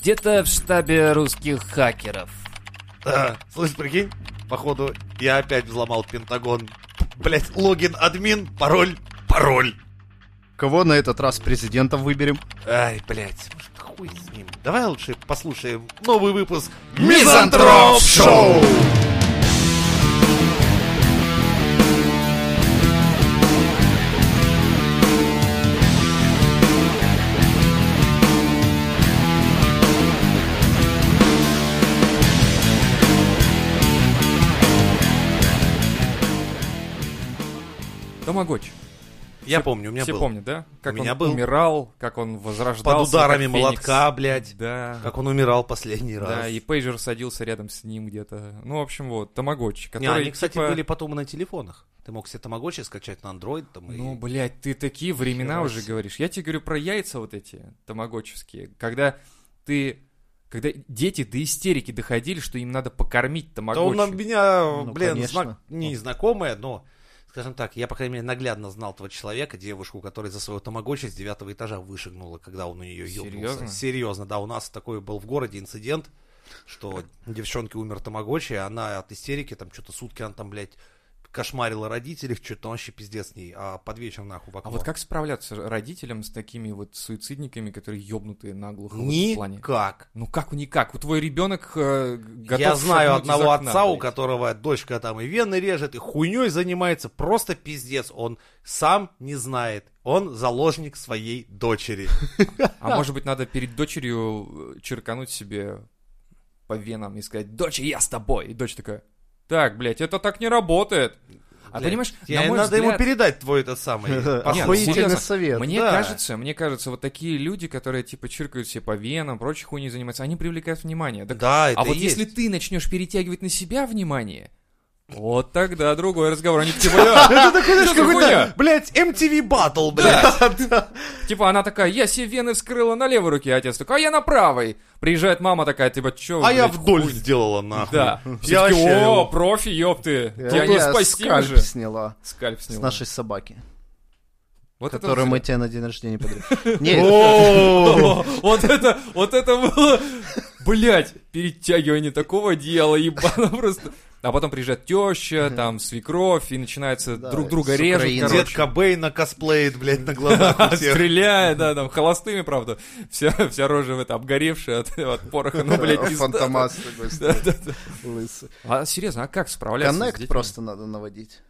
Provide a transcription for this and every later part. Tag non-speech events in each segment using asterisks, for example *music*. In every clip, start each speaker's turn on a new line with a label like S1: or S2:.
S1: где-то в штабе русских хакеров.
S2: А, слышь, прикинь, походу, я опять взломал Пентагон. Блять, логин админ, пароль, пароль.
S3: Кого на этот раз президентом выберем?
S2: Ай, блять, хуй с ним. Давай лучше послушаем новый выпуск
S3: Мизантроп Шоу!
S1: Тамагочи.
S2: Я помню, у меня
S1: Все
S2: был.
S1: помнят, да? Как
S2: У меня
S1: он
S2: был.
S1: умирал, как он возрождался.
S2: Под ударами
S1: как Феникс.
S2: молотка, блять.
S1: Да.
S2: Как он умирал последний раз.
S1: Да, и Пейджер садился рядом с ним где-то. Ну, в общем, вот, Тамагочи,
S2: Не,
S1: который,
S2: они, кстати,
S1: типа,
S2: были потом и на телефонах. Ты мог себе тамагочи скачать на Android там и...
S1: Ну, блядь, ты такие времена
S2: Хера
S1: уже
S2: себе.
S1: говоришь. Я тебе говорю про яйца вот эти тамагочевские. Когда ты... Когда дети до истерики доходили, что им надо покормить
S2: Да он на
S1: тамагочи.
S2: меня,
S3: Ну,
S2: блин,
S3: конечно.
S2: зна- не знакомая, но, скажем так, я, по крайней мере, наглядно знал этого человека, девушку, которая за своего тамагочи с девятого этажа вышагнула, когда он у нее ёбнулся.
S1: Серьезно?
S2: Серьезно, да, у нас такой был в городе инцидент, что девчонке умер тамагочи, а она от истерики, там, что-то сутки она там, блядь, кошмарила родителей, что-то вообще пиздец с ней, а под вечер нахуй в
S1: А
S2: окно.
S1: вот как справляться родителям с такими вот суицидниками, которые ёбнутые наглухо вот в плане?
S2: Никак.
S1: Ну как, никак. У твой ребенок э, готов
S2: Я знаю
S1: шагнуть из
S2: одного
S1: окна,
S2: отца, у
S1: блядь.
S2: которого дочка там и вены режет, и хуйней занимается, просто пиздец. Он сам не знает. Он заложник своей дочери.
S1: А может быть, надо перед дочерью э, черкануть себе по венам и сказать, дочь, я с тобой. И дочь такая, так, блядь, это так не работает. А
S2: Блядь,
S1: понимаешь,
S2: я-
S1: на мой
S2: надо ему
S1: взгляд-
S2: передать твой этот самый.
S1: *laughs* Нет, ну,
S3: Охуительный
S1: серьезно,
S3: совет.
S1: Мне
S2: да.
S1: кажется, мне кажется, вот такие люди, которые типа чиркают себе по венам, прочей хуйней занимаются, они привлекают внимание. Так-
S2: Да, это
S1: а вот
S2: и есть.
S1: если ты начнешь перетягивать на себя внимание, вот тогда другой разговор. Они
S2: *laughs*
S1: типа, «Бля».
S3: Это такой, знаешь,
S1: Что за
S3: какой-то...
S1: хуйня?
S3: Блять,
S2: MTV Battle, блядь.
S1: типа она такая, я себе вены вскрыла на левой руке, а отец такой, а я на правой. Приезжает мама такая, типа, че
S2: А я вдоль сделала, нахуй.
S1: Да. Все
S2: Я
S1: такие,
S2: вообще-
S1: о, профи, ёпты. Тебя не спасти
S3: скальп
S1: уже.
S3: сняла
S1: Скальп
S3: с
S1: снял.
S3: нашей собаки,
S1: Вот это
S3: которую мы
S1: вот-
S3: тебе на день рождения подарили.
S1: *laughs*
S3: *laughs* Не,
S1: Э,
S2: О,
S1: О, *laughs* Вот это, вот это было, блядь, перетягивание такого дела, ебано просто. А потом приезжает теща, там свекровь, и начинается
S3: Да,
S1: друг друга
S3: с
S1: режет,
S3: Украины.
S2: Дед
S1: короче.
S2: Кобейна косплеит, блядь, на
S1: *laughs*
S2: глазах у всех.
S1: Стреляет, да, там, холостыми, правда. Вся, вся рожа в это обгоревшая от, от пороха, ну, блядь,
S3: *laughs*
S1: пизда.
S3: фантомас такой
S1: Да,
S3: стоит,
S1: да, да.
S3: лысый.
S1: А серьезно, а как справляться с
S3: Коннект
S1: детьми?
S3: просто надо наводить.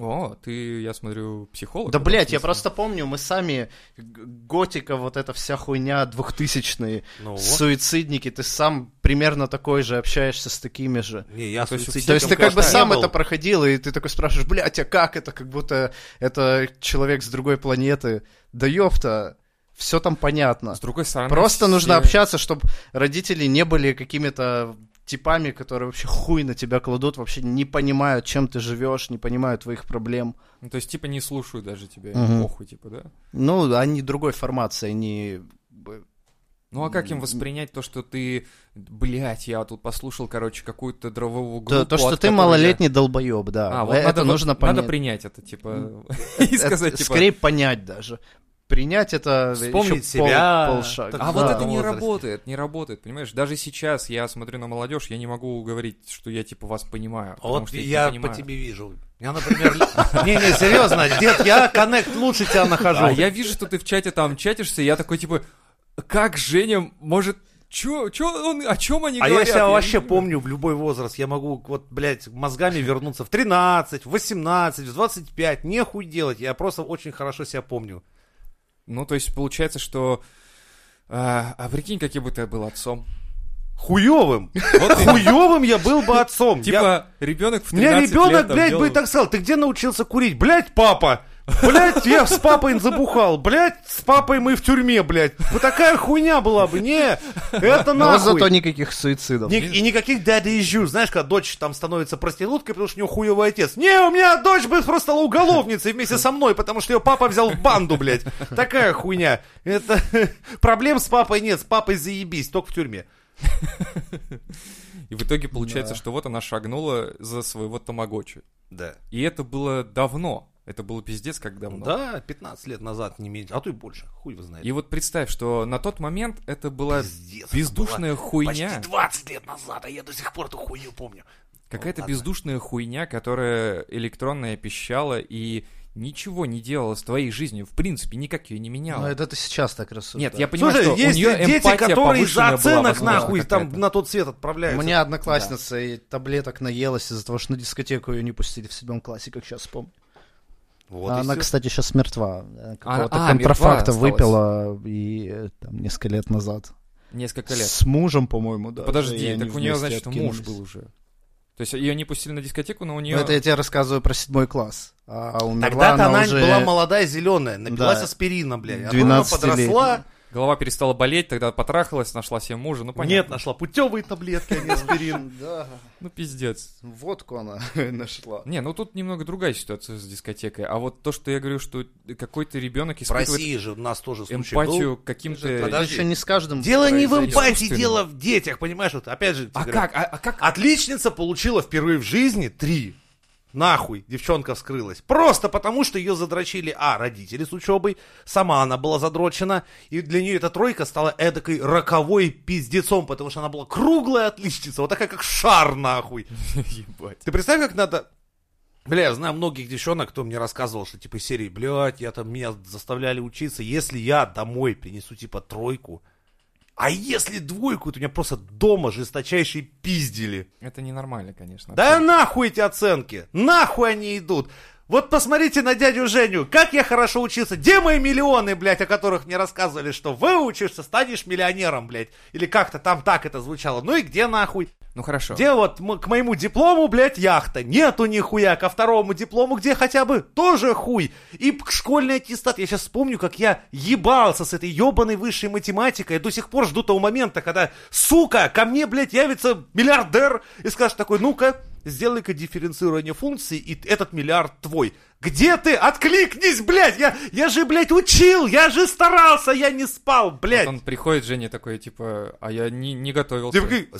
S1: О, ты, я смотрю, психолог.
S3: Да,
S1: в этом
S3: блять, я
S1: смысле.
S3: просто помню, мы сами, г- готика, вот эта вся хуйня двухтысячные,
S2: Ну вот.
S3: суицидники, ты сам примерно такой же общаешься с такими же.
S2: Не, я
S1: То есть-
S2: суицидником,
S3: То есть ты как бы
S2: конечно,
S3: сам
S2: не ну, был.
S3: это проходил, и ты такой спрашиваешь, блядь, а как это? Как будто это человек с другой планеты. Да ёпта, все там понятно.
S1: С другой стороны...
S3: Просто нужно
S1: все-
S3: общаться, чтобы родители не были какими-то типами, которые вообще хуй на тебя кладут, вообще не понимают, чем ты живешь, не понимают твоих проблем.
S1: Ну, то есть, типа, не слушаю даже тебя,
S3: Мгм.
S1: похуй, типа, да?
S3: Ну, они другой формации, они... б-
S1: Ну а как им воспринять то, что ты, блядь, я тут послушал, короче, какую-то дрововую группу.
S3: То, то, что
S1: от
S3: ты
S1: которой
S3: малолетний долбоеб, да. Э,
S1: я- А, вот
S3: это
S1: надо, вот
S3: нужно
S1: Надо
S3: понять.
S1: принять это, типа, *laughs* и
S3: Это
S1: сказать, типа,
S3: Скорее понять даже. Принять это
S2: Вспомнить
S3: ещё пол-
S2: себя.
S3: полшага.
S2: Да.
S1: а вот это не
S2: Возраст.
S1: работает, не работает, понимаешь? Даже сейчас я смотрю на молодежь, я не могу говорить, что я, типа, вас понимаю. потому
S2: А Вот
S1: что их
S2: я
S1: не
S2: по
S1: понимаю.
S2: тебе вижу. Я, например... *laughs* Не-не, серьезно, дед, я коннект лучше тебя нахожу.
S1: А я вижу, что ты в чате там чатишься, и я такой, типа, как Женя может... Чё, чё он, о чем они
S2: А я
S1: говорят?
S2: себя
S1: не
S2: вообще
S1: понимаю.
S2: помню в любой возраст. Я могу, вот, блядь, мозгами вернуться в 13, в 18, в 25. Нехуй делать. Я просто очень хорошо себя помню.
S1: Ну, то есть, получается, что... А, а прикинь, каким бы ты был отцом.
S2: Хуевым.
S1: *laughs* Вот именно.
S2: Хуевым я был бы отцом. Я-
S1: Типа, ребенок в
S2: У меня
S1: 13 лет
S2: ребенок,
S1: там
S2: блядь,
S1: делал-
S2: бы и так сказал, ты где научился курить? Блядь, папа! Блядь, я с папой забухал. Блядь, с папой мы в тюрьме, блядь. Вот такая хуйня была бы. Не, это
S3: Но
S2: нахуй.
S3: зато никаких суицидов.
S2: Ни- и никаких daddy issues, знаешь, когда дочь там становится проституткой, потому что у нее хуевый отец. Не, у меня дочь бы просто стала уголовницей вместе со мной, потому что ее папа взял в банду, блядь. Такая хуйня. Это... *laughs* Проблем с папой нет, с папой заебись, только в тюрьме.
S1: И в итоге получается,
S3: Да.
S1: что вот она шагнула за своего тамагочи.
S2: Да.
S1: И это было давно. Это было пиздец, как давно.
S2: Да, 15 лет назад, не меньше. А то и больше. Хуй его знает.
S1: И вот представь, что на тот момент это была
S2: Пиздец,
S1: бездушная
S2: это было
S1: хуйня.
S2: Почти 20 лет назад, а я до сих пор эту хуйню помню.
S1: Какая-то
S2: Ладно.
S1: бездушная хуйня, которая электронная пищала и ничего не делала с твоей жизнью. В принципе, никак ее не меняла.
S3: Ну, это ты сейчас так рассуждаешь.
S1: Нет, я понимаю,
S2: Слушай,
S1: что
S2: есть
S1: у нее
S2: дети, которые за оценок нахуй
S1: нахуй
S2: там на тот свет отправляются.
S3: У меня одноклассница и таблеток наелась из-за того, что на дискотеку ее не пустили в седьмом классе, как сейчас вспомню.
S2: Вот,
S3: А она,
S2: естественно.
S3: кстати, сейчас мертва. Э, Какого-то
S1: а,
S3: контрафакта
S1: мертва осталась.
S3: выпила и э, там, несколько лет назад.
S1: Несколько лет. Ну,
S3: С мужем, по-моему, да.
S1: Подожди, так у нее, значит, муж был уже. То есть ее не пустили на дискотеку, но у нее...
S3: Ну, это я тебе рассказываю про седьмой класс. А а умерла
S2: Тогда-то она
S3: уже... *laughs*
S2: была молодая, зеленая, напилась
S3: Да.
S2: аспирина, блядь. А то Она
S3: 12 лет.
S2: подросла.
S1: Голова перестала болеть, тогда потрахалась, нашла себе мужа, ну понятно.
S2: Нет, а нашла путевые таблетки, а не аспирин.
S3: Да,
S1: Ну пиздец.
S3: водку она *laughs* нашла.
S1: Не, ну тут немного другая ситуация с дискотекой. А вот то, что я говорю, что какой-то
S2: *laughs*
S1: ребенок
S2: В
S1: испытывает
S2: России же у нас тоже случай был.
S1: эмпатию к
S3: Тогда
S1: каким-то...
S2: Подожди.
S3: еще не с каждым.
S2: Дело не в
S1: произойдет.
S2: эмпатии, дело в детях, понимаешь? Вот опять же,
S1: А
S2: тебе
S1: как? А, а как?
S2: Отличница получила впервые в жизни три. Нахуй девчонка вскрылась. Просто потому, что ее задрочили, а, родители с учебой, сама она была задрочена, и для нее эта тройка стала эдакой роковой пиздецом, потому что она была круглая отличница, вот такая, как шар, нахуй. *laughs*
S1: Ебать.
S2: Ты представь, как надо... Бля, я знаю многих девчонок, кто мне рассказывал, что типа из серии, блядь, я там, меня заставляли учиться, если я домой принесу типа тройку, а если двойку, то меня просто дома жесточайшие пиздили.
S1: Это ненормально, конечно.
S2: Да нахуй эти оценки! Нахуй они идут! Вот посмотрите на дядю Женю, как я хорошо учился. Где мои миллионы, блядь, о которых мне рассказывали, что выучишься, станешь миллионером, блядь. Или как-то там так это звучало. Ну и где нахуй?
S1: Ну хорошо.
S2: Где вот м- к моему диплому, блядь, яхта? Нету нихуя. Ко второму диплому где хотя бы? Тоже хуй. И п- школьный аттестат. Я сейчас вспомню, как я ебался с этой ебаной высшей математикой. Я до сих пор жду того момента, когда, сука, ко мне, блядь, явится миллиардер и скажет такой, ну-ка, сделай-ка дифференцирование функций, и этот миллиард твой. Где ты? Откликнись, блядь! Я, я же, блядь, учил! Я же старался! Я не спал, блядь!
S1: Вот он приходит, Женя такой, типа, а я не, не готовился. *laughs*
S2: Типа,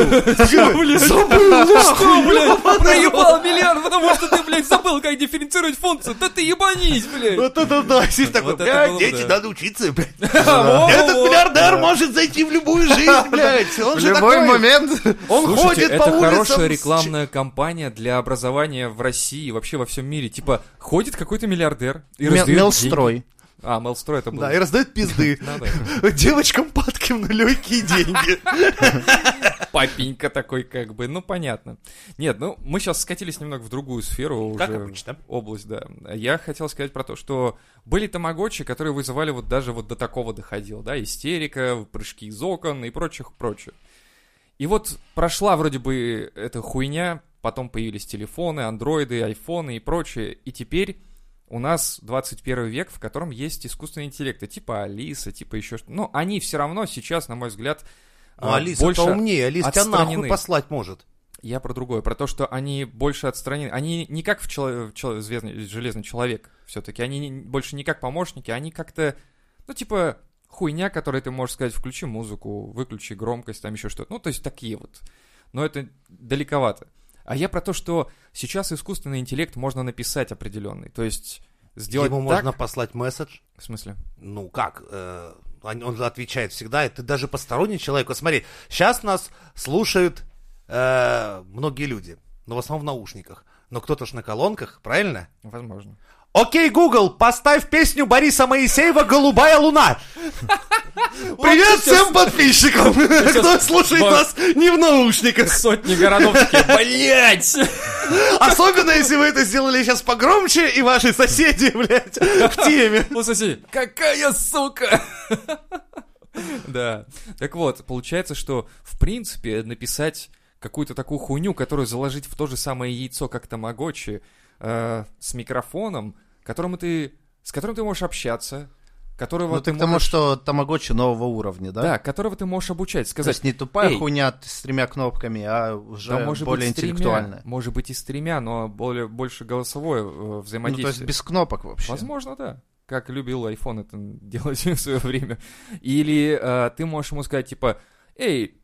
S2: забыл! Забыл! ну нахуй, ёбаный
S1: проебал миллиард, потому что ты, блядь, забыл, как дифференцировать функцию. Да ты ебанись, блядь.
S2: Вот это да, сидишь такой,
S1: это
S2: «Бля,
S1: было бы,
S2: дети,
S1: да».
S2: надо учиться, блядь.
S1: *laughs* Во-во-во.
S2: Этот миллиардер может зайти в любую жизнь, блядь. Он
S3: В
S2: же
S3: любой *laughs*
S2: такой,
S3: момент.
S2: он
S1: Слушайте,
S2: ходит
S1: это
S2: по улицам.
S1: хорошая
S2: с-
S1: рекламная кампания для образования в России и вообще во всем мире. Типа, ходит какой-то миллиардер и
S3: Мел-
S1: раздает
S3: Мелстрой.
S1: деньги. А, Мелстрой это был.
S2: Да, и раздает пизды. *laughs*
S1: Да-да.
S2: Девочкам Паткину легкие
S1: *laughs*
S2: деньги.
S1: Папенька такой, как бы, ну понятно. Нет, ну мы сейчас скатились немного в другую сферу.
S2: Как
S1: уже
S2: обычно.
S1: Область, да. Я хотел сказать про то, что были тамагочи, которые вызывали вот даже вот до такого доходил, да, истерика, прыжки из окон и прочих, прочих. И вот прошла вроде бы эта хуйня, потом появились телефоны, андроиды, айфоны и прочее, и теперь у нас 21 век, в котором есть искусственные интеллекты, типа Алиса, типа еще что-то. Но они все равно сейчас, на мой взгляд,
S2: Ну,
S1: а,
S2: Алиса-то умнее, Алиса тебя нахуй
S1: отстранены.
S2: послать может.
S1: я про другое, про то, что они больше отстранены. Они не как в, чело- в чело- звездный- железный человек все-таки. Они не- больше не как помощники, они как-то, ну, типа, хуйня, которой ты можешь сказать, включи музыку, выключи громкость, там еще что-то. Ну, то есть такие вот. Но это далековато. А я про то, что сейчас искусственный интеллект можно написать определенный. То есть сделать
S2: Ему
S1: так...
S2: можно послать месседж.
S1: В смысле?
S2: ну как, э, он он же отвечает всегда, это даже посторонний человек. Вот смотри, сейчас нас слушают э, многие люди, но в основном в наушниках. Но кто-то ж на колонках, правильно?
S1: Возможно.
S2: Окей, Google, поставь песню Бориса Моисеева «Голубая луна». Привет всем подписчикам, кто слушает
S1: вот.
S2: нас не в наушниках.
S1: Сотни городов такие, блядь!
S2: Особенно, если вы это сделали сейчас погромче, и ваши соседи, *laughs* блядь, в теме.
S1: Ну, соседи, какая сука! Да. Так вот, получается, что, в принципе, написать какую-то такую хуйню, которую заложить в то же самое яйцо, как Тамагочи, э, с микрофоном, которому ты, с которым ты можешь общаться, которого
S3: Ну,
S1: ты
S3: ты к тому,
S1: можешь...
S3: что Тамагочи нового уровня, да?
S1: Да, которого ты можешь обучать,
S3: То
S1: сказать...
S3: есть не тупая
S1: «Эй,
S3: хуйня т- с тремя кнопками, а уже
S1: да, может
S3: более
S1: быть, с тремя,
S3: интеллектуальная.
S1: Может быть, и с тремя, но более, больше голосовое э,
S3: Ну, то
S1: взаимодействие.
S3: есть без кнопок вообще.
S1: Возможно, да. Как любил iPhone это *laughs* делать в свое время. Или э, ты можешь ему сказать, типа, эй,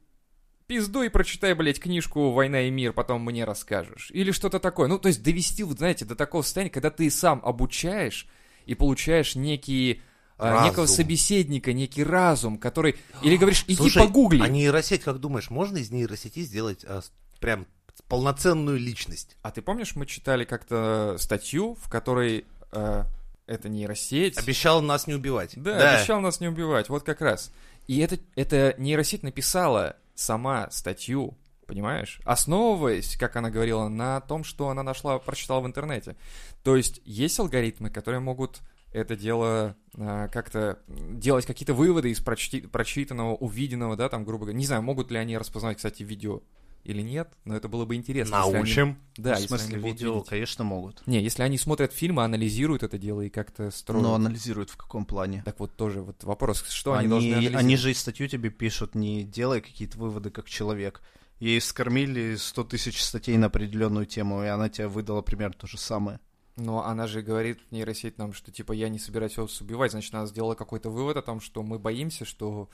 S1: пиздуй, прочитай, блядь, книжку «Война и мир», потом мне расскажешь. Или что-то такое. Ну, то есть довести, вот знаете, до такого состояния, когда ты сам обучаешь и получаешь некие... а,
S2: Разум.
S1: некого собеседника, некий разум, который...
S2: *gasps*
S1: Или говоришь, иди
S2: Слушай,
S1: погугли.
S2: А нейросеть, как думаешь, можно из нейросети сделать а, с- прям полноценную личность?
S1: А ты помнишь, мы читали как-то статью, в которой э, это нейросеть...
S2: Обещал нас не убивать.
S1: Да, обещал нас не убивать, вот как раз. И это, это нейросеть написала сама статью, понимаешь? Основываясь, как она говорила, на том, что она нашла, прочитала в интернете. То есть есть алгоритмы, которые могут это дело а, как-то делать какие-то выводы из прочти- прочитанного, увиденного, да, там, грубо говоря. Не знаю, могут ли они распознавать, кстати, видео или нет, но это было бы интересно. если они-
S2: Научим.
S1: Да,
S3: Ну, в
S1: если
S3: смысле,
S1: они будут
S3: видео,
S1: видеть.
S3: конечно, могут.
S1: Не, если они смотрят фильмы, анализируют это дело и как-то строят.
S3: Но анализируют в каком плане?
S1: Так вот тоже вот вопрос, что они,
S3: Они,
S1: должны
S3: они,
S1: анализировать?
S3: же и статью тебе пишут, не делай какие-то выводы как человек. Ей скормили 100 тысяч статей на определенную тему, и она тебе выдала примерно то же самое.
S1: Но она же говорит нейросеть нам, что типа я не собираюсь вас убивать, значит она сделала какой-то вывод о том, что мы боимся, что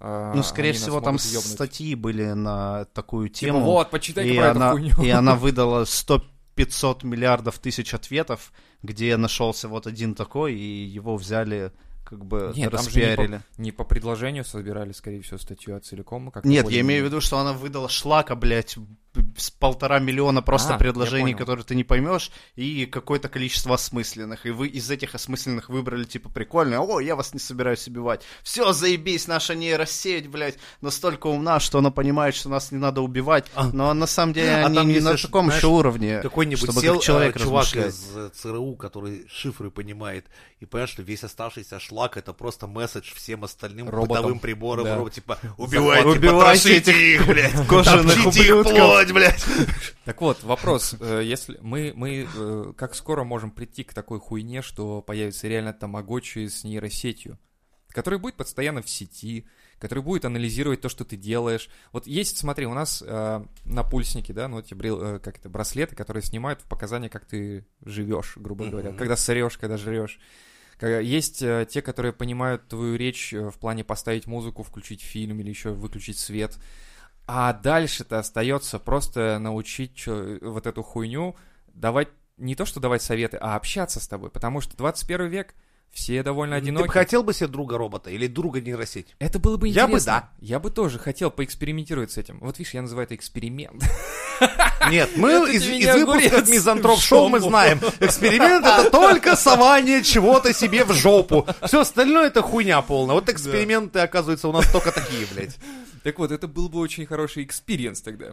S1: а,
S3: ну, скорее
S1: они нас
S3: всего, там
S1: могут ёбнуть.
S3: статьи были на такую
S1: Типа,
S3: тему.
S1: вот, почитай
S3: и,
S1: про
S3: она,
S1: эту хуйню.
S3: и она выдала 100 500 миллиардов тысяч ответов, где нашелся вот один такой, и его взяли, как бы
S1: Нет, там же не
S3: распиарили.
S1: *laughs* Не по предложению собирали, скорее всего, статью, а целиком. Как
S3: Нет, я имею в виду, что она выдала шлака, блядь, б- с полтора миллиона просто
S1: А, я
S3: предложений,
S1: понял.
S3: которые ты не поймешь, и какое-то количество осмысленных. И вы из этих осмысленных выбрали, типа, прикольно, о, я вас не собираюсь убивать. Все, заебись, наша нейросеть, блядь, настолько умна, что она понимает, что нас не надо убивать.
S2: А.
S3: Но на самом деле
S2: А
S3: они
S2: там,
S3: не
S2: если
S3: на
S2: ж,
S3: таком
S2: знаешь,
S3: еще уровне,
S2: Какой-нибудь
S3: Э, чтобы
S2: сел,
S3: как человек
S2: э, чувак
S3: размышляет.
S2: из э, ЦРУ, который шифры понимает, и понимаешь, что весь оставшийся шлак это просто месседж всем остальным
S1: Роботам.
S2: бытовым приборам,
S1: Да.
S2: робот, типа, убивайте,
S3: Убивайте
S2: потрошите их, блядь,
S3: *laughs* кожаных
S2: топчите их
S3: ублюдков».
S2: плоть, блядь.
S1: Так вот, вопрос, *laughs* э, если мы, мы э, как скоро можем прийти к такой хуйне, что появится реально тамагочи с нейросетью, который будет постоянно в сети, который будет анализировать то, что ты делаешь. Вот есть, смотри, у нас э, напульсники, да, ну эти брил, э, как это, браслеты, которые снимают показания, как ты живешь, грубо
S2: Мгм.
S1: говоря, когда сорешь, когда жрешь. Когда- Есть э, те, которые понимают твою речь э, в плане поставить музыку, включить фильм или еще выключить свет. А дальше-то остается просто научить чё- э, вот эту хуйню давать не то, что давать советы, а общаться с тобой. Потому что 21 век, все довольно
S2: Ты бы
S1: одиноки.
S2: хотел бы себе друга робота или друга нейросеть?
S1: Это было бы
S2: Я
S1: интересно.
S2: бы да.
S1: Я бы тоже хотел поэкспериментировать с этим. Вот видишь, я называю это эксперимент. *laughs*
S2: Нет, мы
S1: Это
S2: из,
S1: тебе
S2: из
S1: не
S2: выпусков
S1: огурец.
S2: Мизантроп
S1: В
S2: Шоу мы
S1: жопу.
S2: знаем. Эксперимент это только сование чего-то себе в жопу. Все остальное это хуйня полная. Вот эксперименты, оказывается, у нас только такие, блядь.
S1: Так вот, это был бы очень хороший экспириенс тогда.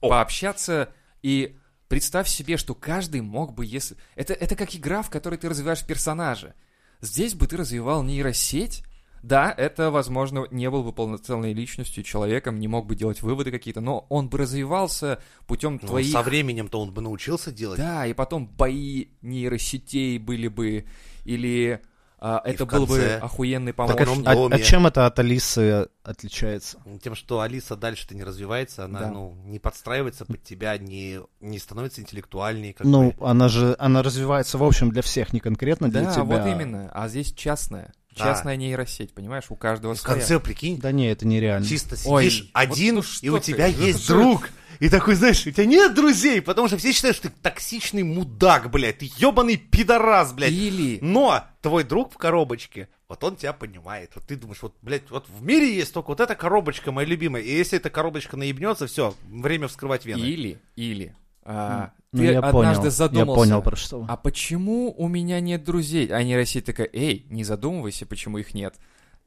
S2: О.
S1: Пообщаться и представь себе, что каждый мог бы, если... Это, это как игра, в которой ты развиваешь персонажа. Здесь бы ты развивал нейросеть. Да, это, возможно, не был бы полноценной личностью, человеком, не мог бы делать выводы какие-то, но он бы развивался путем
S2: Ну,
S1: твоих...
S2: Со временем-то он бы научился делать.
S1: Да, и потом бои нейросетей были бы, или а,
S2: И
S1: это
S2: в
S1: был бы
S2: конце
S1: охуенный
S2: а-
S1: помощник.
S2: а доме.
S3: чем это от Алисы отличается?
S2: Тем, что Алиса дальше-то не развивается, она
S1: Да.
S2: ну, не подстраивается под тебя, не, не становится интеллектуальнее. Как
S3: ну,
S2: бы.
S3: она же, она развивается в общем для всех, не конкретно для
S1: Да,
S3: тебя.
S1: вот именно. А здесь частная.
S2: Да.
S1: Частная нейросеть, понимаешь, у каждого
S2: в
S1: своя.
S2: конце, прикинь,
S3: Да не, это нереально.
S2: чисто
S1: Ой,
S2: сидишь
S1: вот
S2: один,
S1: ну
S2: и
S1: что
S2: у
S1: ты?
S2: тебя есть
S1: Что
S2: друг. И такой, знаешь, у тебя нет друзей, потому что все считают, что ты токсичный мудак, блядь, ты ебаный пидорас, блядь.
S1: Или...
S2: Но твой друг в коробочке, вот он тебя понимает. Вот ты думаешь, вот, блядь, вот в мире есть только вот эта коробочка моя любимая. И если эта коробочка наебнется, все, время вскрывать вены.
S1: Или... Или... а,
S3: Ну,
S1: ты
S3: я
S1: однажды
S3: понял,
S1: задумался,
S3: Я понял, про что.
S1: а почему у меня нет друзей? А нейросеть такая, эй, не задумывайся, почему их нет.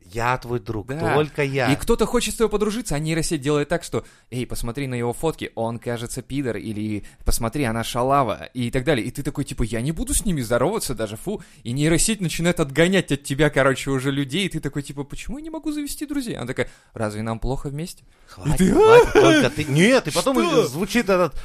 S2: Я твой друг,
S1: Да.
S2: только я.
S1: И кто-то хочет с тобой подружиться, а нейросеть делает так, что «Эй, посмотри на его фотки, он, кажется, пидор», или «Посмотри, она шалава», и так далее. И ты такой, типа, «Я не буду с ними здороваться даже, фу». И нейросеть начинает отгонять от тебя, короче, уже людей, и ты такой, типа, «Почему я не могу завести друзей?» Она такая, «Разве нам плохо вместе?»
S2: Хватит, хватит, только ты... Нет, и потом
S1: «А, Что?
S2: звучит этот...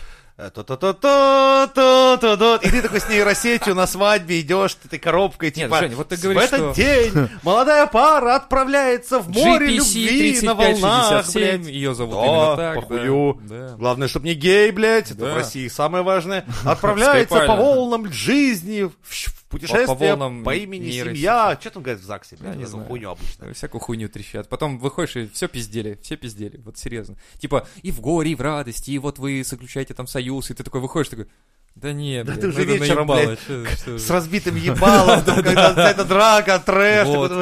S2: э, та-та-та-та-та-та-та. И ты такой с нейросетью на свадьбе идешь, ты, ты коробкой,
S1: Нет,
S2: типа...
S1: Жень, вот ты
S2: «В
S1: говоришь,
S2: этот
S1: что-
S2: день молодая пара отправляется в море любви на волнах, блядь.
S1: ее зовут
S2: Да,
S1: именно так.
S2: похую.
S1: да.
S2: Главное, чтобы не гей, блядь, это
S1: Да. *laughs*
S2: в России самое важное. Отправляется по
S1: Скайпально.
S2: волнам жизни в щ- в
S1: по
S2: Путешествие
S1: волнам
S2: по, имени
S1: мира
S2: семья. Что там говорят в ЗАГСе?
S1: Я не
S2: Блядь, эту
S1: знаю.
S2: хуйню обычно.
S1: Э, Всякую хуйню трещат. Потом выходишь и все пиздели, все пиздели, вот серьезно. Типа и в горе, и в радости, и вот вы заключаете там союз, и ты такой выходишь, такой, да не,
S2: Да
S1: блядь,
S2: ты
S1: ну
S2: уже
S1: это
S2: вечером,
S1: наебало,
S2: блядь, *laughs*
S1: чё- что
S2: С
S1: же». *laughs*
S2: разбитым ебалом, там, когда вся эта драка, трэш,
S1: Вот.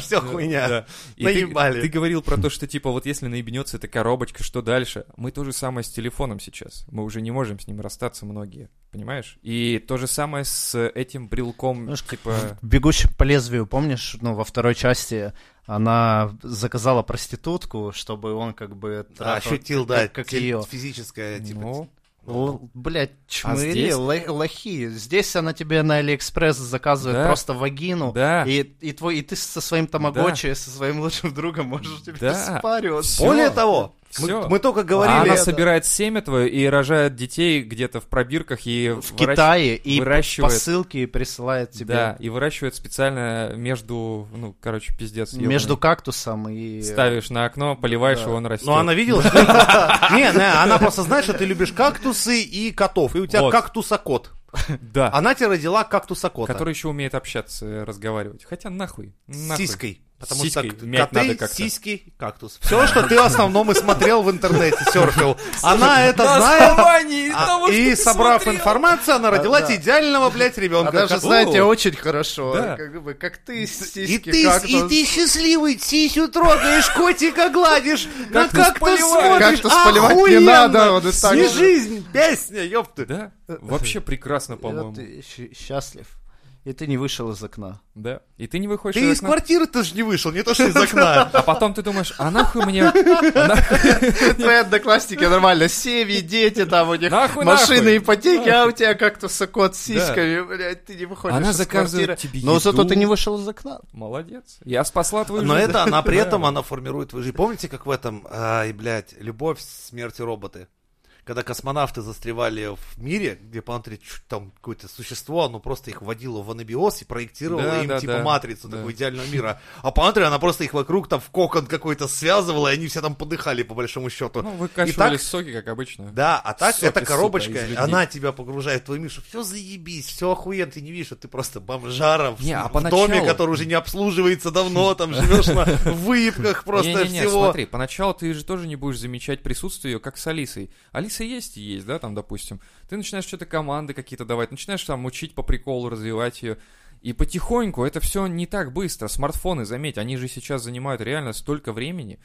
S2: *laughs* все хуйня.
S1: Да. И ты,
S2: Наебали.
S1: ты говорил про то, что типа вот если наебнется эта коробочка, что дальше? Мы то же самое с телефоном сейчас. Мы уже не можем с ним расстаться многие, понимаешь? И то же самое с этим брелком,
S3: Знаешь, как
S1: типа...
S3: Бегущим по лезвию, помнишь, ну, во второй части она заказала проститутку, чтобы он как бы... трахал-
S2: Да, Ощутил, А, да,
S3: как
S2: теле-
S3: её.
S2: физическое, типа,
S1: ну,
S3: Л- Блядь,
S1: А
S3: чмыри,
S1: здесь?
S3: ла- лохи. Здесь она тебе на Алиэкспресс заказывает
S1: Да.
S3: просто вагину.
S1: да.
S3: И, и, твой, и ты со своим тамагочи, со своим лучшим другом можешь тебе
S1: Да.
S3: спариваться.
S1: Всё.
S2: Более того,
S1: Всё.
S2: мы, мы только
S1: А
S2: ну, говорили... *laughs*
S1: она
S2: это-
S1: собирает семя твое и рожает детей где-то в пробирках и
S3: В
S1: выращ-
S3: Китае и
S1: выращивает.
S3: посылки и присылает тебе
S1: Да, и выращивает специально между, ну, короче, пиздец. ёбаный.
S3: между кактусом и...
S1: Ставишь на окно, поливаешь,
S3: Да.
S1: его, он растет.
S2: Но Ну, она видела,
S1: *laughs*
S2: что... *laughs* Не, не, она просто знает, что ты любишь кактусы и котов. И у тебя
S1: Вот.
S2: кактусокот.
S1: Да.
S2: Она тебе родила кактусокота.
S1: А Который еще умеет общаться, э, разговаривать. Хотя нахуй.
S2: С
S1: нахуй.
S2: сиськой. Потому
S1: Сиськой.
S2: что
S1: Мять
S2: коты,
S1: надо как-то.
S2: сиськи, кактус. Все, что ты в основном и смотрел в интернете,
S1: *laughs*
S2: серфил. Она это
S1: На
S2: знает.
S1: основании
S2: а-
S1: того, что
S2: и
S1: ты
S2: собрав
S1: смотрел.
S2: информацию, она родила
S3: да.
S2: тебе идеального, блядь, ребенка.
S3: Она же
S2: Как-
S3: знает тебя
S1: О.
S3: очень хорошо.
S1: Да.
S3: Как, бы, как ты
S2: И
S3: сиськи,
S2: ты,
S3: кактус.
S2: и ты счастливый, сисю трогаешь, котика гладишь, на
S1: Кактус
S2: как ты
S1: поливаешь.
S2: смотришь, А
S3: Кактус поливать не
S2: охуенно.
S3: надо, он и так
S2: Не
S3: же.
S2: жизнь, песня, ёпты.
S1: Да, вообще прекрасно,
S3: И вот
S1: по-моему.
S3: ты щ- счастлив. И ты не вышел из окна.
S1: Да. И ты не выходишь
S2: Ты
S1: из
S2: из
S1: окна.
S2: квартиры ты же не вышел, не то *laughs* что из окна.
S1: А потом ты думаешь, а нахуй мне...
S2: *laughs*
S1: нахуй-
S3: *laughs* Твои одноклассники нормально, семьи, дети там у них,
S1: Нахуй,
S3: машины,
S1: нахуй.
S3: ипотеки, а у тебя как-то сокот с сиськами, блядь, ты не выходишь
S1: Она
S3: из
S1: заказывает
S3: квартиры.
S1: тебе
S3: Но зато
S1: еду.
S3: ты не вышел из окна.
S1: Молодец. Я спасла твою жизнь.
S2: Но
S1: *laughs*
S2: это она при
S1: Да.
S2: этом, она формирует твою жизнь. Помните, как в этом, ай, блядь, любовь, смерть и роботы? Когда космонавты застревали в мире, где понатри чуть там какое-то существо, оно просто их вводило в анабиоз и проектировало
S1: Да,
S2: им
S1: да,
S2: типа
S1: да.
S2: матрицу
S1: Да.
S2: такого идеального мира. А понатри она просто их вокруг там в кокон какой-то связывала, и они все там подыхали по большому счету.
S1: Ну, выкачивали соки, как обычно.
S2: Да, а так
S1: Соки,
S2: эта
S1: сука,
S2: коробочка,
S1: из людей.
S2: она тебя погружает в твой мир, что все заебись, все охуенно, ты не видишь, что ты просто бомжара в,
S1: Не, а
S2: в
S1: поначалу-
S2: доме, который уже не обслуживается
S1: *laughs*
S2: давно, там живешь на выебках просто
S1: Не-не-не,
S2: всего.
S1: смотри, поначалу ты же тоже не будешь замечать присутствие ее, как с Алисой. Алиса есть и есть, да, там, допустим. Ты начинаешь что-то команды какие-то давать, начинаешь там учить по приколу, развивать ее. И потихоньку это все не так быстро. Смартфоны, заметь, они же сейчас занимают реально столько времени,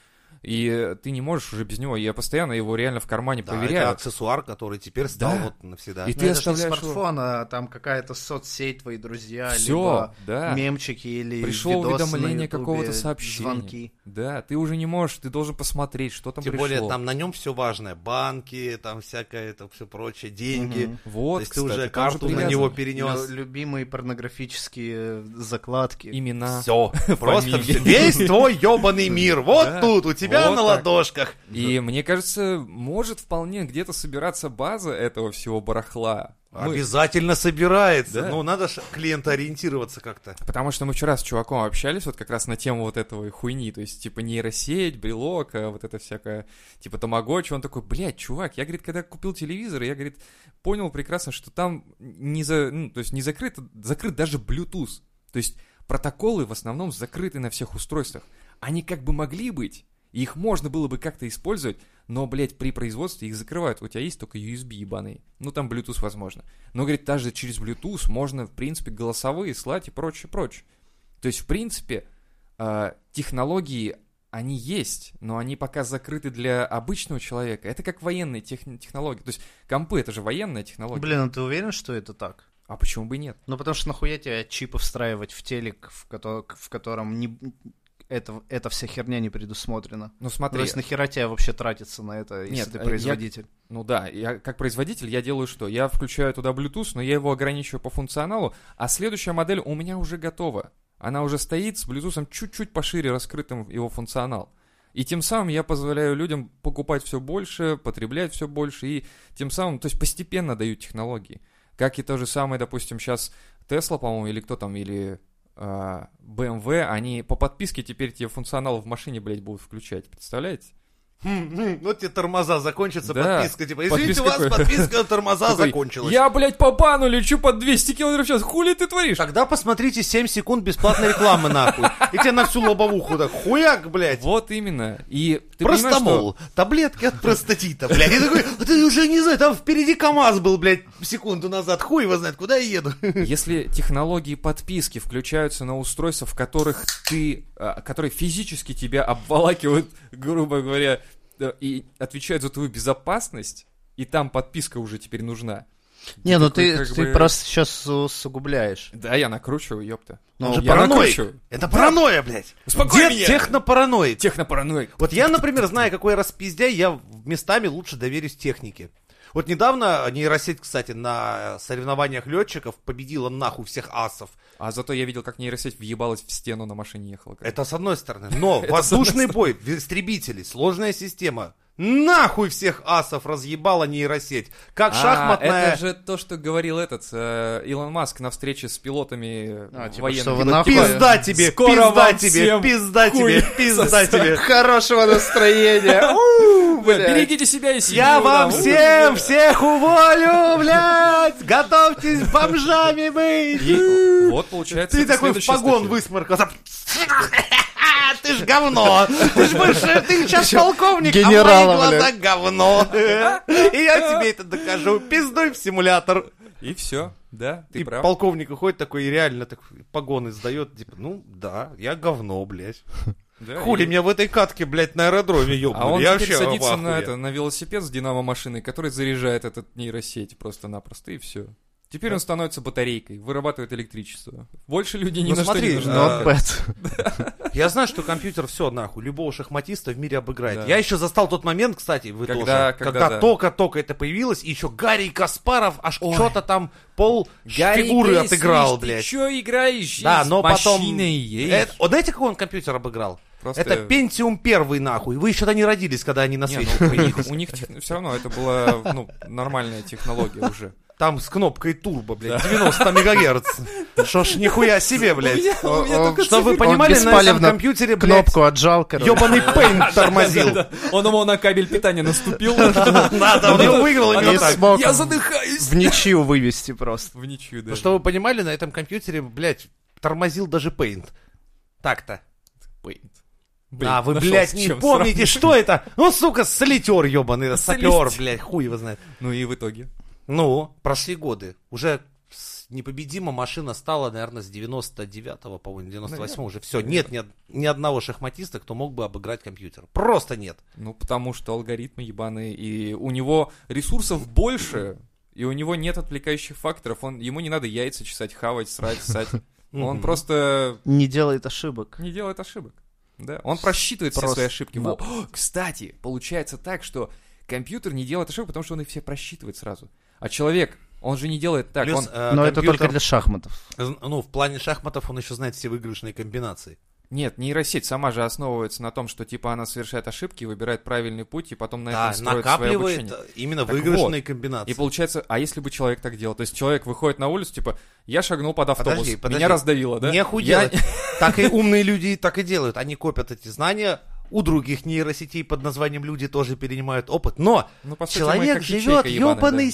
S1: и э, ты не можешь уже без него. Я постоянно его реально в кармане
S2: Да, это
S1: проверяю.
S2: аксессуар, который теперь стал
S1: Да.
S2: вот навсегда.
S3: Но
S1: И ты
S3: Ну, это же не
S1: оставляешь его.
S3: смартфон, а там какая-то соцсеть, твои друзья,
S1: Все, да.
S3: либо мемчики или
S1: Пришло
S3: видосы на
S1: уведомление
S3: Ютубе,
S1: какого-то сообщения.
S3: звонки.
S1: Да, ты уже не можешь, ты должен посмотреть, что там
S2: Тем
S1: пришло.
S2: более там на нем все важное, банки, там всякое это все прочее, деньги.
S3: Мгм.
S1: Вот,
S2: То есть ты
S1: кстати,
S2: уже
S1: там же
S2: карту на
S1: привязано.
S2: него
S3: Лю-
S2: перенес.
S3: любимые порнографические э, закладки.
S1: Имена. *laughs*
S2: Все, просто
S1: Фамилии.
S2: всё. весь твой ебаный
S1: *laughs*
S2: мир, вот
S1: Да.
S2: тут, у тебя
S1: Вот
S2: на
S1: так.
S2: ладошках.
S1: И мне кажется, может вполне где-то собираться база этого всего барахла.
S2: А
S1: Мы-
S2: Обязательно собирается.
S1: Да.
S2: Ну, надо же клиента ориентироваться как-то.
S1: Потому что мы вчера с чуваком общались вот как раз на тему вот этого и хуйни, то есть типа нейросеть, брелок, э, вот это всякое, типа тамагочи, он такой, блядь, чувак, я, говорит, когда купил телевизор, я, говорит, понял прекрасно, что там не, за, ну, то есть не закрыт, закрыт даже Bluetooth, то есть протоколы в основном закрыты на всех устройствах, они как бы могли быть, и их можно было бы как-то использовать, но, блядь, при производстве их закрывают. У тебя есть только USB ебаный. Ну, там Bluetooth возможно. Но, говорит, даже через Bluetooth можно, в принципе, голосовые слать и прочее, прочее. То есть, в принципе, э, технологии, они есть, но они пока закрыты для обычного человека. Это как военные техни- технологии. То есть, компы — это же военная технология.
S3: Блин, а ты уверен, что это так?
S1: А почему бы и нет?
S3: Ну, потому что нахуя тебе чипы встраивать в телек, в, кото- в котором не... это, эта вся херня не предусмотрена?
S1: Ну,
S3: То
S1: смотри,
S3: есть нахера тебе вообще тратиться на это, если
S1: Нет,
S3: ты
S1: а
S3: производитель?
S1: Ну да, я как производитель я делаю что? Я включаю туда Bluetooth, но я его ограничиваю по функционалу, а следующая модель у меня уже готова. Она уже стоит с Bluetooth чуть-чуть пошире раскрытым его функционал. И тем самым я позволяю людям покупать все больше, потреблять все больше, и тем самым, то есть постепенно даю технологии. Как и то же самое, допустим, сейчас Tesla, по-моему, или кто там, или а, BMW, они по подписке теперь тебе функционал в машине, блядь, будут включать, представляете?
S2: «М, м, Хм, ну, Вот тебе тормоза закончатся,
S1: Да.
S2: подписка. Типа, извините,
S1: Подписка
S2: у вас
S1: какой?
S2: подписка на тормоза
S1: Такой,
S2: закончилась.
S1: Я, блядь, по бану лечу под 200 километров в час. Хули ты творишь?
S2: Тогда посмотрите 7 секунд бесплатной рекламы, нахуй. И тебе на всю лобовуху так хуяк, блядь.
S1: Вот именно. И ты
S2: *laughs*
S1: понимаешь, что...
S2: Простомол. Таблетки от простатита, блядь. И такой, «А ты уже не знаю, там впереди КамАЗ был, блядь, секунду назад. Хуй его знает, куда я еду.
S1: Если технологии подписки включаются на устройства, в которых ты, а, которые физически тебя обволакивают, *laughs* грубо говоря, э, и отвечают за твою безопасность, и там подписка уже теперь нужна.
S3: Не, ну
S1: такой,
S3: ты,
S1: как
S3: ты
S1: бы-
S3: просто сейчас усугубляешь.
S1: Да, я накручиваю, ёпта.
S3: Ну,
S2: Он же
S1: я
S2: параноик.
S1: накручиваю.
S2: Это паранойя, блядь.
S1: Успокой
S2: Дед
S1: меня.
S2: технопараноик.
S1: Технопараноик.
S2: Вот я, например, знаю, какой я распиздяй, я местами лучше доверюсь технике. Вот недавно нейросеть, кстати, на соревнованиях летчиков победила нахуй всех асов.
S1: А зато я видел, как нейросеть въебалась в стену на машине ехала.
S2: Это с одной стороны.
S1: *laughs*
S2: Но воздушный бой, истребители, сложная система. Нахуй всех асов разъебала нейросеть. Как
S1: А,
S2: шахматная...
S1: это же то, что говорил этот э, Илон Маск на встрече с пилотами
S3: А, типа,
S1: военных.
S3: что вы
S1: Типа,
S3: нахуй-
S2: Пизда тебе,
S1: Скоро
S2: пизда
S1: вам
S2: тебе,
S1: всем
S2: пизда
S1: хуй
S2: тебе, пизда тебе.
S3: Хорошего *laughs* настроения. У,
S1: «Бля,
S3: блядь.
S1: Берегите себя и семью.
S2: Я вам
S1: да,
S2: всем, всех уволю, блядь! Готовьтесь бомжами быть!
S1: И вот получается.
S2: Ты
S1: это
S2: такой в
S1: следующая
S2: погон
S1: статья.
S2: высморкался. *laughs* Ты ж говно! Ты ж больше, ты сейчас полковник,
S3: Генерала,
S2: а мои глаза
S3: блядь.
S2: говно! *laughs* И я тебе это докажу. Пиздуй в симулятор.
S1: И все, да, ты
S2: и
S1: прав.
S2: полковник уходит такой и реально так погоны сдает. Типа, ну да, я говно, блядь.
S1: Да,
S2: Хули
S1: и-
S2: меня в этой катке, блядь, на аэродроме ёбнули.
S1: А он
S2: я
S1: теперь
S2: вообще
S1: садится
S2: в
S1: на
S2: ахуе.
S1: это на велосипед с динамо машиной, который заряжает этот нейросеть просто-напросто и все. Теперь он становится батарейкой, вырабатывает электричество. Больше люди ни
S2: Ну
S1: на
S2: смотри,
S1: что не нужны.
S2: а,
S3: Нотпэд.
S2: Я знаю, что компьютер все нахуй, любого шахматиста в мире обыграет.
S1: Да.
S2: Я еще застал тот момент, кстати, вы
S1: Когда-
S2: тоже,
S1: когда,
S2: когда
S1: да.
S2: только-только это появилось, и еще Гарри Каспаров аж
S1: Ой.
S2: что-то там пол фигуры отыграл, блядь.
S1: Ты чё играешь?
S2: Да,
S1: С
S2: но потом...
S1: машиной есть.
S2: Это- вот знаете, как он компьютер обыграл?
S1: Просто-
S2: Это Пентиум первый, нахуй. Вы еще-то не родились, когда они на
S1: Не,
S2: свете
S1: ну,
S2: *laughs*
S1: у
S2: появились.
S1: них, все равно это была ну, нормальная технология уже.
S2: Там с кнопкой турбо, блядь, 90 мегагерц. Шо ж нихуя себе, блядь. Что вы понимали, на этом
S3: беспалевно
S2: компьютере, блядь,
S3: Кнопку отжал, короче.
S2: ебаный пейнт тормозил.
S1: Он ему на кабель
S2: *laughs*
S1: питания наступил.
S2: Надо, он его выиграл
S1: А
S2: именно
S1: не
S2: так.
S3: смог
S1: Я задыхаюсь.
S3: в ничью вывести просто.
S1: В ничью, да.
S2: Ну, что вы понимали, на этом компьютере, блядь, тормозил даже Paint. Так-то.
S1: Paint.
S2: а вы, блядь, не помните, что это? Ну, сука, солитер, ебаный, сапер,
S1: Солист.
S2: блядь, хуй его знает.
S1: Ну и в итоге.
S2: Ну, прошли годы. Уже с- непобедима машина стала, наверное, с 99-го, по-моему, 98-го уже. Все, нет ни, од- ни одного шахматиста, кто мог бы обыграть компьютер. Просто нет.
S1: Ну, потому что алгоритмы ебаные, и у него ресурсов больше, и у него нет отвлекающих факторов. Он, ему не надо яйца чесать, хавать, срать, ссать.
S2: *laughs*
S1: Он
S2: Мгм.
S1: просто
S3: Не делает ошибок.
S1: не делает ошибок. Да, он просчитывает все
S3: Просто
S1: свои ошибки. Во.
S3: вот.
S1: О, *gasps* Кстати, получается так, что компьютер не делает ошибок, потому что он их все просчитывает сразу. А человек, он же не делает так.
S2: Плюс,
S1: он-
S2: э,
S3: Но это
S2: компьютер,
S3: только для шахматов.
S2: Ну, в плане шахматов он еще знает все выигрышные комбинации.
S1: Нет, нейросеть сама же основывается на том, что типа она совершает ошибки, выбирает правильный путь, и потом на
S2: Да,
S1: этом строит свое
S2: накапливает
S1: обучение.
S2: э, именно
S1: Так
S2: выигрышные
S1: И
S2: комбинации.
S1: получается, а если бы человек так делал? То есть человек выходит на улицу, типа, я шагнул под автобус,
S2: Подожди, подожди.
S1: меня раздавило, да?
S2: Не
S1: Я-
S2: делать. *laughs* Так и умные люди так и делают. Они копят эти знания. У других нейросетей под названием люди тоже перенимают опыт. Но
S1: Ну, по сути, мы
S2: человек
S1: как
S2: живет
S1: ячейка ебаная,
S2: ебаный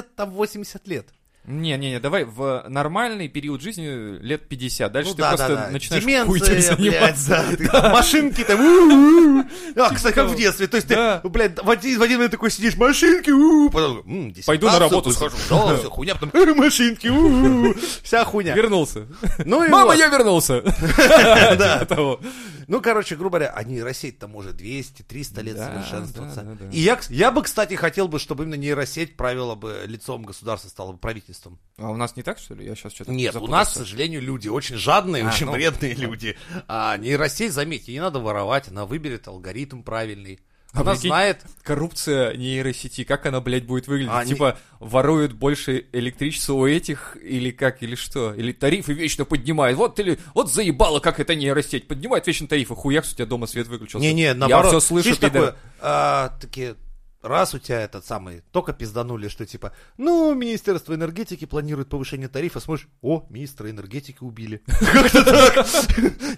S2: 70-80 лет.
S1: Не-не-не, давай в нормальный период жизни лет 50. Дальше
S2: Ну
S1: ты
S2: да,
S1: просто
S2: да, да.
S1: начинаешь
S2: Деменция,
S1: хуйней
S2: блядь, *laughs*
S1: заниматься. Типа
S2: да, ты там машинки
S1: *laughs*
S2: там. у-у-у. А, кстати, как в
S1: того.
S2: детстве. То есть ты,
S1: Да.
S2: блядь, в один в один момент такой сидишь, машинки, у-у-у, потом, м,
S1: Пойду на работу
S2: диссертацию,
S1: схожу.
S2: Да, все, хуйня, потом, э, машинки,
S1: *laughs*
S2: у-у-у. вся хуйня.
S1: Вернулся.
S2: *laughs* Ну и
S1: Мама,
S2: вот.
S1: я вернулся!
S2: Да.
S1: *laughs* Типа того.
S2: Ну, короче, грубо говоря, а нейросеть-то может 200-300 лет
S1: Да,
S2: совершенствоваться.
S1: да, да, да.
S2: И я, кс- я бы, кстати, хотел бы, чтобы именно нейросеть правила бы лицом государства, стала бы правительством.
S1: А у нас не так, что ли? Я сейчас что-то
S2: Нет, у нас, к сожалению, люди очень жадные,
S1: А,
S2: очень
S1: ну.
S2: вредные люди. А нейросеть, заметьте, не надо воровать, она выберет алгоритм правильный.
S1: А
S2: Она
S1: прикинь,
S2: знает,
S1: Коррупция нейросети, как она, блядь, будет выглядеть?
S2: Они-
S1: Типа, воруют больше электричества у этих, или как, или что? Или тарифы вечно поднимают. Вот или вот заебало, как это нейросеть. Поднимает вечно тарифы. Хуяк, у тебя дома свет выключился.
S2: Не-не,
S1: Я
S2: наоборот.
S1: все слышу,
S2: Видишь,
S1: пидор.
S2: такое, а, такие, раз у тебя этот самый, только пизданули, что типа, ну, Министерство энергетики планирует повышение тарифа, смотришь, о, министра энергетики убили. *laughs* Как-то так.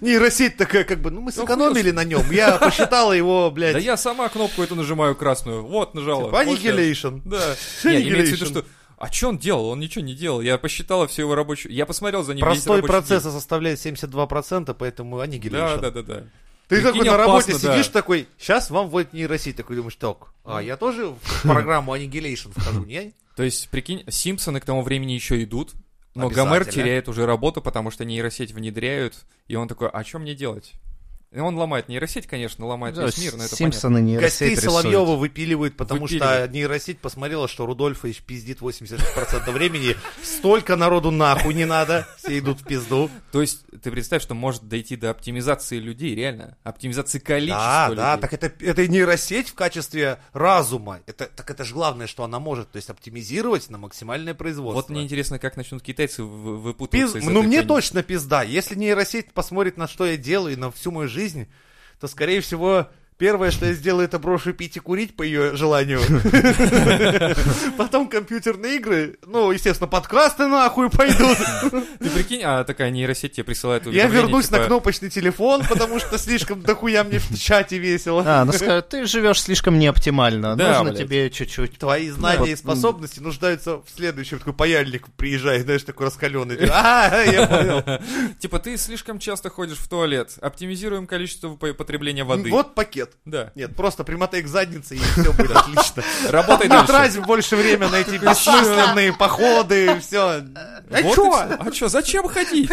S2: Нейросеть такая, как бы, ну, мы сэкономили на нем, я посчитала его,
S1: Да
S2: блядь, Типа,
S1: я сама кнопку эту нажимаю красную. Вот, нажала. Вот,
S2: аннигилейшн. *laughs*
S1: Да. Не, имеется в виду,
S2: Annihilation.
S1: что... А что он делал? Он ничего не делал. Я посчитала все его рабочие... Я посмотрел за ним весь
S2: Простой
S1: рабочий
S2: процесс составляет 72%, поэтому
S1: день. Да,
S2: аннигилейшн.
S1: да, да, да.
S2: Ты как бы
S1: Прикинь,
S2: на работе
S1: опасно, да.
S2: сидишь такой, сейчас вам вводит нейросеть, такой думаешь, так, а я тоже
S1: *laughs*
S2: в программу Annihilation вхожу, не?
S1: То есть, прикинь, Симпсоны к тому времени еще идут, но
S2: Обязательно.
S1: Гомер теряет уже работу, потому что нейросеть внедряют, и он такой, а что мне делать? И он ломает нейросеть, конечно, ломает весь мир, но это
S3: Симпсоны не
S2: Гостей Соловьева выпиливают, потому что а,
S1: Выпиливают.
S2: нейросеть посмотрела, что Рудольфович пиздит 86% времени. Столько народу нахуй не надо. Все идут в пизду.
S1: понятно. То есть, ты представь, что может дойти до оптимизации людей, реально. Оптимизации количества
S2: Да,
S1: людей.
S2: да, так это, это нейросеть в качестве разума. Это, так это же главное, что она может. То есть оптимизировать на максимальное производство.
S1: Вот мне интересно, как начнут китайцы вы- выпутываться
S2: Пиз-
S1: из
S2: Ну,
S1: этой
S2: мне
S1: хуйни.
S2: точно пизда. Если нейросеть посмотрит, на что я делаю и на всю мою жизнь, то, скорее всего, первое, что я сделаю, это брошу пить и курить по ее желанию.
S1: *laughs*
S2: Потом компьютерные игры, ну, естественно, подкасты нахуй пойдут.
S1: Ты прикинь, а такая нейросеть тебе присылает
S2: Я
S1: уведомление,
S2: вернусь на
S1: типа,
S2: кнопочный телефон, потому что слишком дохуя мне в чате весело.
S3: А, она скажет, ты живешь слишком неоптимально,
S1: *laughs* Да,
S3: нужно
S1: блядь.
S3: тебе
S1: *laughs*
S3: чуть-чуть.
S2: Твои знания и
S3: Вот.
S2: способности нуждаются в следующем. Такой паяльник приезжает, знаешь, такой раскаленный. А, я понял.
S1: Типа, ты слишком часто ходишь в туалет, оптимизируем количество по- потребления воды.
S2: Вот пакет. *laughs*
S1: Да.
S2: Нет, просто примотай к заднице, и все будет отлично.
S1: Работай
S2: Не
S1: дальше.
S2: трать больше времени на эти бессмысленные походы, все. А
S1: Вот и
S2: чё?
S1: всё. А чё, зачем ходить?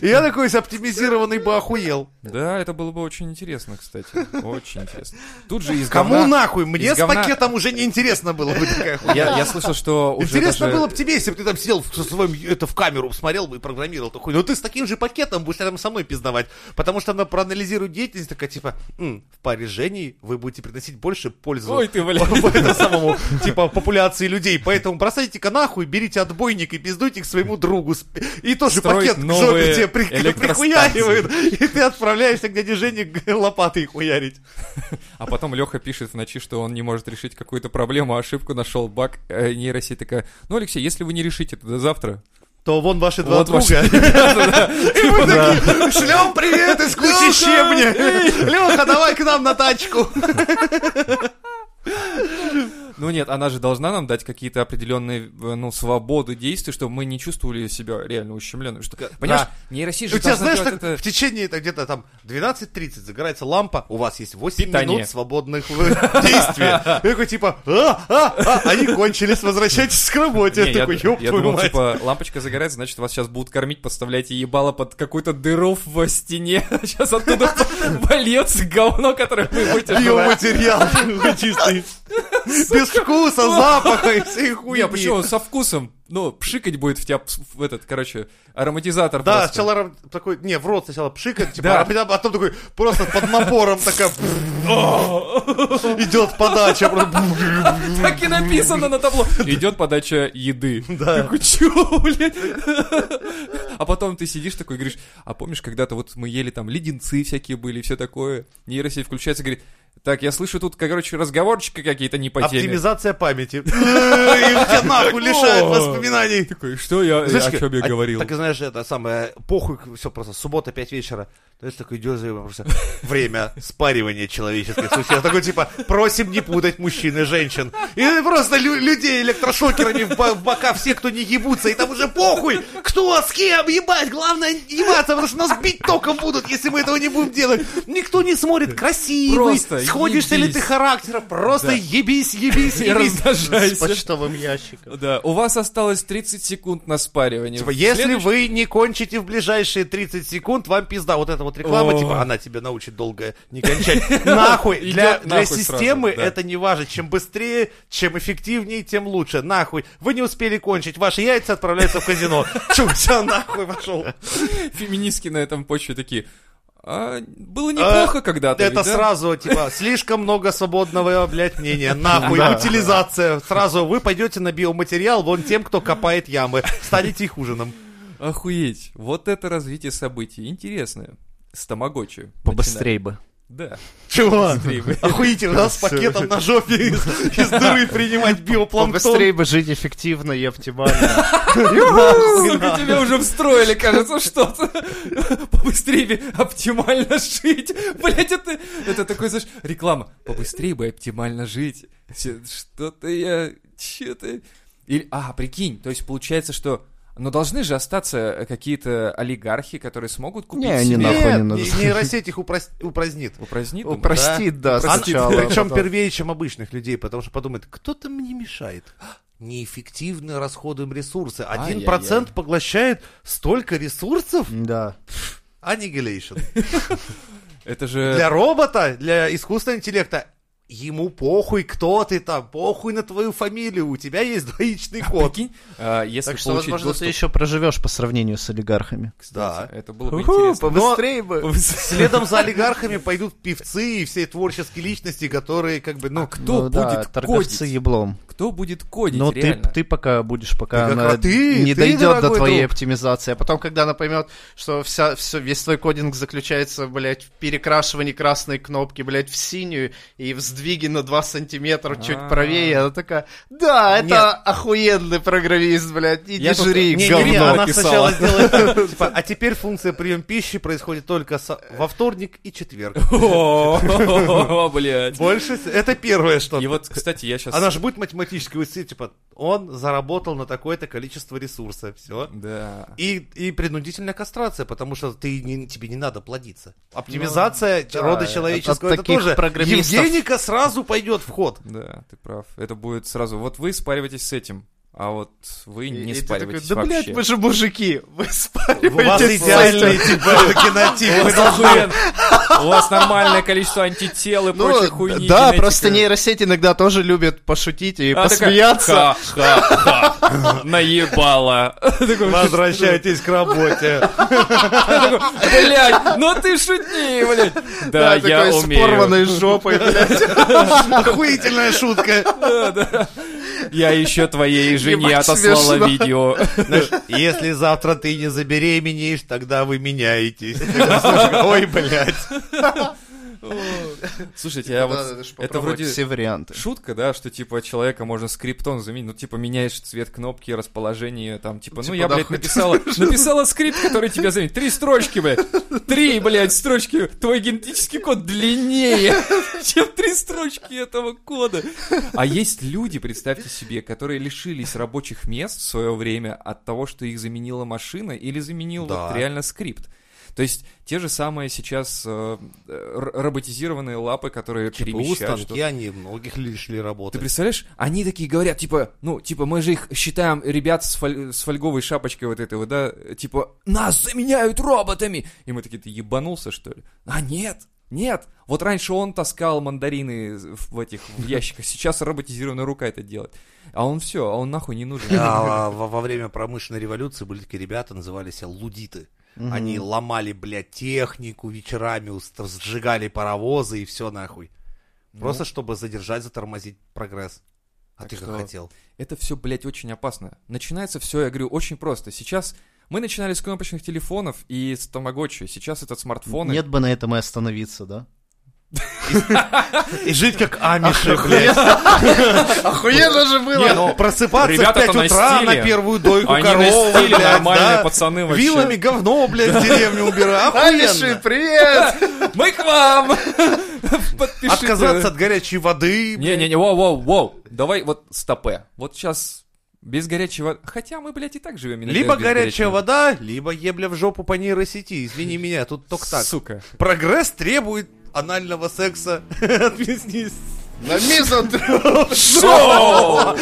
S2: И Я такой с оптимизированный бы охуел.
S1: Да, это было бы очень интересно, кстати. Очень интересно. Тут же из
S2: Кому
S1: говна-
S2: нахуй? Мне
S1: из
S2: с
S1: говна-
S2: пакетом уже не интересно было бы такая хуйня.
S1: Я, я слышал, что уже
S2: Интересно
S1: даже-
S2: было бы тебе, если бы ты там сидел в- со своим, это, в камеру смотрел бы и программировал такой. Но ты с таким же пакетом будешь рядом со мной пиздовать. Потому что она проанализирует деятельность, такая типа, «М, в паре Женей вы будете приносить больше пользы
S1: Ой ты, блядь.
S2: по *laughs* этому самому, типа, популяции людей. Поэтому бросайте-ка нахуй, берите отбойник и пиздуйте к своему другу. С- И тоже
S1: Строить
S2: пакет к жопе
S1: новые
S2: тебе при- *laughs*
S1: электростанции.
S2: прихуяривают. И ты отправляешься к дяде Жене г- лопатой хуярить.
S1: А потом Леха пишет в ночи, что он не может решить какую-то проблему, а ошибку нашел баг. Э, нейросеть такая, ну, Алексей, если вы не решите, то до завтра.
S2: То вон ваши два
S1: Вот
S2: друга.
S1: ваши-
S2: *laughs* И мы
S1: Типа,
S2: такие, шлем привет из кучи щебня. Леха, давай к нам на тачку.
S1: Ну нет, она же должна нам дать какие-то определенные, э, ну, свободы действий, чтобы мы не чувствовали себя реально ущемленными. Что, понимаешь, нейросеть
S2: У
S1: же
S2: тебя,
S1: должна
S2: знаешь,
S1: делать
S2: так в
S1: это...
S2: течение так, где-то там 12.30 загорается лампа, у вас есть 8
S1: Питание.
S2: минут свободных э,
S1: *laughs*
S2: действий. Я такой, типа, а, а, а, они кончились, возвращайтесь к работе. *laughs*
S1: Не,
S2: Я такой, ёб
S1: я
S2: твою
S1: думал,
S2: мать.
S1: типа, лампочка загорается, значит, вас сейчас будут кормить, подставляйте ебало под какую-то дыру в стене. *laughs* Сейчас оттуда вольется говно, которое вы будете жрать.
S2: Биоматериал
S1: *laughs*
S2: чистый. Без вкуса, запаха и всей хуйни.
S1: Не, почему? Со вкусом. Ну, пшикать будет в тебя пс- в этот, короче, ароматизатор
S2: Да,
S1: просто.
S2: сначала рам- такой, не, в рот сначала пшикает, типа,
S1: Да.
S2: а потом- потом такой, просто под напором такая идет подача. просто.
S1: Так
S2: *laughs*
S1: и написано на табло. Идет подача еды. Да. Такой, чё, блядь? А потом ты сидишь такой и говоришь, а помнишь, когда-то вот мы ели там леденцы всякие были, все такое. Нейросеть включается и говорит, так, я слышу тут, короче, разговорчики какие-то не по теме.
S2: Оптимизация памяти. И тебя нахуй лишают воспоминаний.
S1: Такой, что я,
S2: Знаешь,
S1: о чем я
S2: а-
S1: говорил? *laughs*
S2: Так и знаешь, это самое, похуй, все просто, суббота, 5 вечера. Знаешь, такой идешь, за его
S1: *laughs*
S2: просто, время спаривания человеческих существ. Такой, типа, просим не путать мужчин и женщин. И просто лю- людей электрошокерами в, бо- в бока, все, кто не ебутся, и там уже похуй, кто с кем ебать, главное не ебаться, потому что нас бить током будут, если мы этого не будем делать. Никто не смотрит, красивый,
S1: Просто
S2: сходишься ли ты
S1: ебись.
S2: характера, просто
S1: Да.
S2: ебись, ебись,
S1: И
S2: ебись.
S1: размножайся.
S3: С почтовым ящиком.
S1: Да, у вас осталось 30 секунд на спаривание.
S2: Типа, если
S1: Следующий-
S2: вы не кончите в ближайшие 30 секунд, вам пизда. Вот эта вот реклама,
S1: О.
S2: типа, она тебя научит долго не
S1: *laughs*
S2: кончать. Нахуй! Для,
S1: Идёт
S2: для
S1: нахуй
S2: системы
S1: сразу, да.
S2: это не важно. Чем быстрее, чем эффективнее, тем лучше. Нахуй! Вы не успели кончить, ваши яйца отправляются в казино. *laughs* Чё, все, нахуй пошел.
S1: Феминистки на этом почве такие, «А, было неплохо когда-то.
S2: Это
S1: ведь, да?»
S2: сразу, типа, слишком много свободного, блядь,
S1: *laughs*
S2: мнения. Нахуй, утилизация. Сразу вы пойдете на биоматериал вон тем, кто копает ямы. Станете их ужином.
S1: Охуеть. Вот это развитие событий. Интересное. С Тамагочи.
S3: Побыстрей бы.
S1: Начинаем. Да.
S2: Чего?
S1: Стримы.
S2: Охуительно, да, с пакетом на жопе из, из дыры принимать биопланктон.
S3: Побыстрее бы жить эффективно и *laughs* оптимально.
S1: Сука, тебя уже встроили, кажется, что-то. Побыстрее бы оптимально жить. Блять, это, это такой, знаешь, реклама. Побыстрее бы оптимально жить. Все, Что-то я... Че-то... Или, а, прикинь, то есть получается, что... Но должны же остаться какие-то олигархи, которые смогут купить
S3: Не, они
S1: себе...
S3: нахуй не надо.
S2: Нет, нейросеть их упрос- упразднит.
S1: Упрознит
S3: О,
S1: он,
S3: Простит, да,
S2: Она-
S3: сначала.
S2: причем
S3: потом.
S2: первее, чем обычных людей, потому что подумает, кто-то мне мешает. *gasps* Неэффективно расходуем ресурсы. Один процент
S1: Ай-яй-яй.
S2: поглощает столько ресурсов?
S3: Да. *laughs*
S2: Аннигилейшн.
S1: Это же...
S2: Для робота, для искусственного интеллекта, ему похуй, кто ты там, похуй на твою фамилию, у тебя есть двоичный код.
S1: Прикинь, а, если
S3: Так что,
S1: получить
S3: возможно, ты
S1: доступ...
S3: еще проживешь по сравнению с олигархами.
S2: Да.
S1: Кстати, Это было бы
S3: Уху,
S1: *laughs* интересно.
S3: побыстрее бы.
S2: Следом за олигархами пойдут певцы и все творческие личности, которые как бы, ну,
S1: А кто
S3: Ну
S1: будет
S3: да, торговцы
S1: кодить?
S3: еблом.
S1: Кто будет кодить,
S3: Ну, ты,
S1: реально?
S3: ты пока будешь, пока
S2: Ты как-
S3: она
S2: а ты-
S3: не
S2: ты,
S3: дойдет до
S2: дорогой
S3: твоей
S2: друг.
S3: оптимизации. А потом, когда она поймет, что вся, все, весь твой кодинг заключается, блядь, в перекрашивании красной кнопки, блядь, в синюю и в сдвиге на 2 сантиметра чуть
S1: А.
S3: правее, она такая, да, это
S2: Нет.
S3: охуенный программист, блядь, иди
S1: Я тут-
S3: жри,
S2: Не,
S3: говно.
S2: не, не, она
S1: писала.
S2: сначала сделает так, типа, а теперь функция прием пищи происходит только со- во вторник и четверг.
S1: О, *laughs* блядь.
S2: Больше с- это первое, что.
S1: И вот, кстати, я сейчас...
S2: Она же будет математически вычислять, типа, он заработал на такое-то количество ресурса, все.
S1: Да.
S2: И, и принудительная кастрация, потому что ты не- тебе не надо плодиться. Оптимизация
S3: Ну, да,
S2: рода
S3: от-
S2: человеческого
S3: от
S2: это
S3: таких
S2: тоже.
S3: программистов.
S2: Евгеника сразу пойдет в ход.
S1: Да, ты прав. Это будет сразу... Вот вы спариваетесь с этим, а вот вы
S3: И-
S1: не
S3: и ты такой,
S1: спариваетесь
S3: да, блядь,
S1: вообще.
S3: мы же мужики, вы
S2: У вас
S3: спариваетесь с
S2: идеальный
S3: этим».
S2: типа кинотип.
S1: У
S2: Вы
S1: вас
S2: должны-
S1: охуен- у вас нормальное количество антител и
S3: Ну,
S1: прочей хуйни.
S3: да,
S1: генетика.
S3: просто нейросеть иногда тоже любит пошутить и
S1: А, такая,
S3: посмеяться. *laughs*
S1: Ха-ха-ха, наебала. Такой,
S2: Возвращайтесь к работе.
S1: Блядь, ну ты шутни, блядь. Да, я
S3: такой с
S1: умею.
S3: порванной жопой,
S1: *laughs*
S3: блядь.
S2: Охуительная шутка.
S1: Я еще твоей жене
S3: Ебать,
S1: отослала
S3: смешно. *laughs*
S1: видео.
S2: Знаешь, если завтра ты не забеременеешь, тогда вы меняетесь. Ой, блядь.
S1: Слушайте, а вот это вроде
S3: все варианты.
S1: шутка, да, что типа человека можно скриптом заменить, ну типа меняешь цвет кнопки, расположение, там типа, ну
S3: Типа,
S1: я,
S3: да,
S1: блядь,
S3: хоть-
S1: написала, написала скрипт, который тебя заменит. Три строчки, блядь. Три, блядь, строчки. Твой генетический код длиннее, *laughs* чем три строчки этого кода. А есть люди, представьте себе, которые лишились рабочих мест в свое время от того, что их заменила машина или заменил
S2: Да.
S1: вот реально скрипт. То есть те же самые сейчас э, р- роботизированные лапы, которые
S2: ЧПУ,
S1: перемещают что-то.
S2: станки, Типа они многих лишили
S1: Ты
S2: работы.
S1: представляешь, они такие говорят, типа, ну, типа, мы же их считаем, ребят с, фоль- с фольговой шапочкой вот этой вот, да, типа, нас заменяют роботами! И мы такие, ты ебанулся, что ли? А нет, нет! Вот раньше он таскал мандарины в этих в ящиках, сейчас роботизированная рука это делает. А он все, а он нахуй не нужен.
S2: А, во, во время промышленной революции были такие ребята, называли себя лудиты. Они ломали, блядь, технику вечерами, уст- сжигали паровозы и все нахуй.
S1: Ну,
S2: Просто чтобы задержать, затормозить прогресс. А
S1: Так
S2: ты как
S1: что-
S2: хотел.
S1: Это все, блядь, очень опасно. Начинается все, я говорю, очень просто. Сейчас мы начинали с кнопочных телефонов и с тамагочи. Сейчас это смартфоны.
S3: Нет бы на этом и остановиться, да?
S2: И жить как амиши, блядь.
S3: Охуенно же
S2: Не, ну, *laughs* просыпаться в
S1: Ребята-то
S2: 5
S1: на
S2: утра
S1: стиле.
S2: на первую дойку
S1: Они на
S2: коровы,
S1: стиле
S2: блядь,
S1: нормальные
S2: да.
S1: пацаны вообще.
S2: Вилами говно, блядь, в деревню убираю.
S3: Алиши,
S2: Охуенно.
S1: *laughs*
S3: привет!
S1: Мы к вам! *laughs* Подпишите.
S2: Отказаться от горячей воды. блядь.
S1: Не-не-не, воу-воу-воу. Давай вот стопе. Вот сейчас без горячего... Хотя мы, блядь, и так живем. иногда
S2: Либо
S1: без
S2: горячая
S1: горячего.
S2: вода, либо ебля в жопу по нейросети. Извини меня, тут только так.
S1: Сука.
S2: Прогресс требует анального секса. *laughs* Объяснись.
S3: На мизантроп.
S1: Шоу!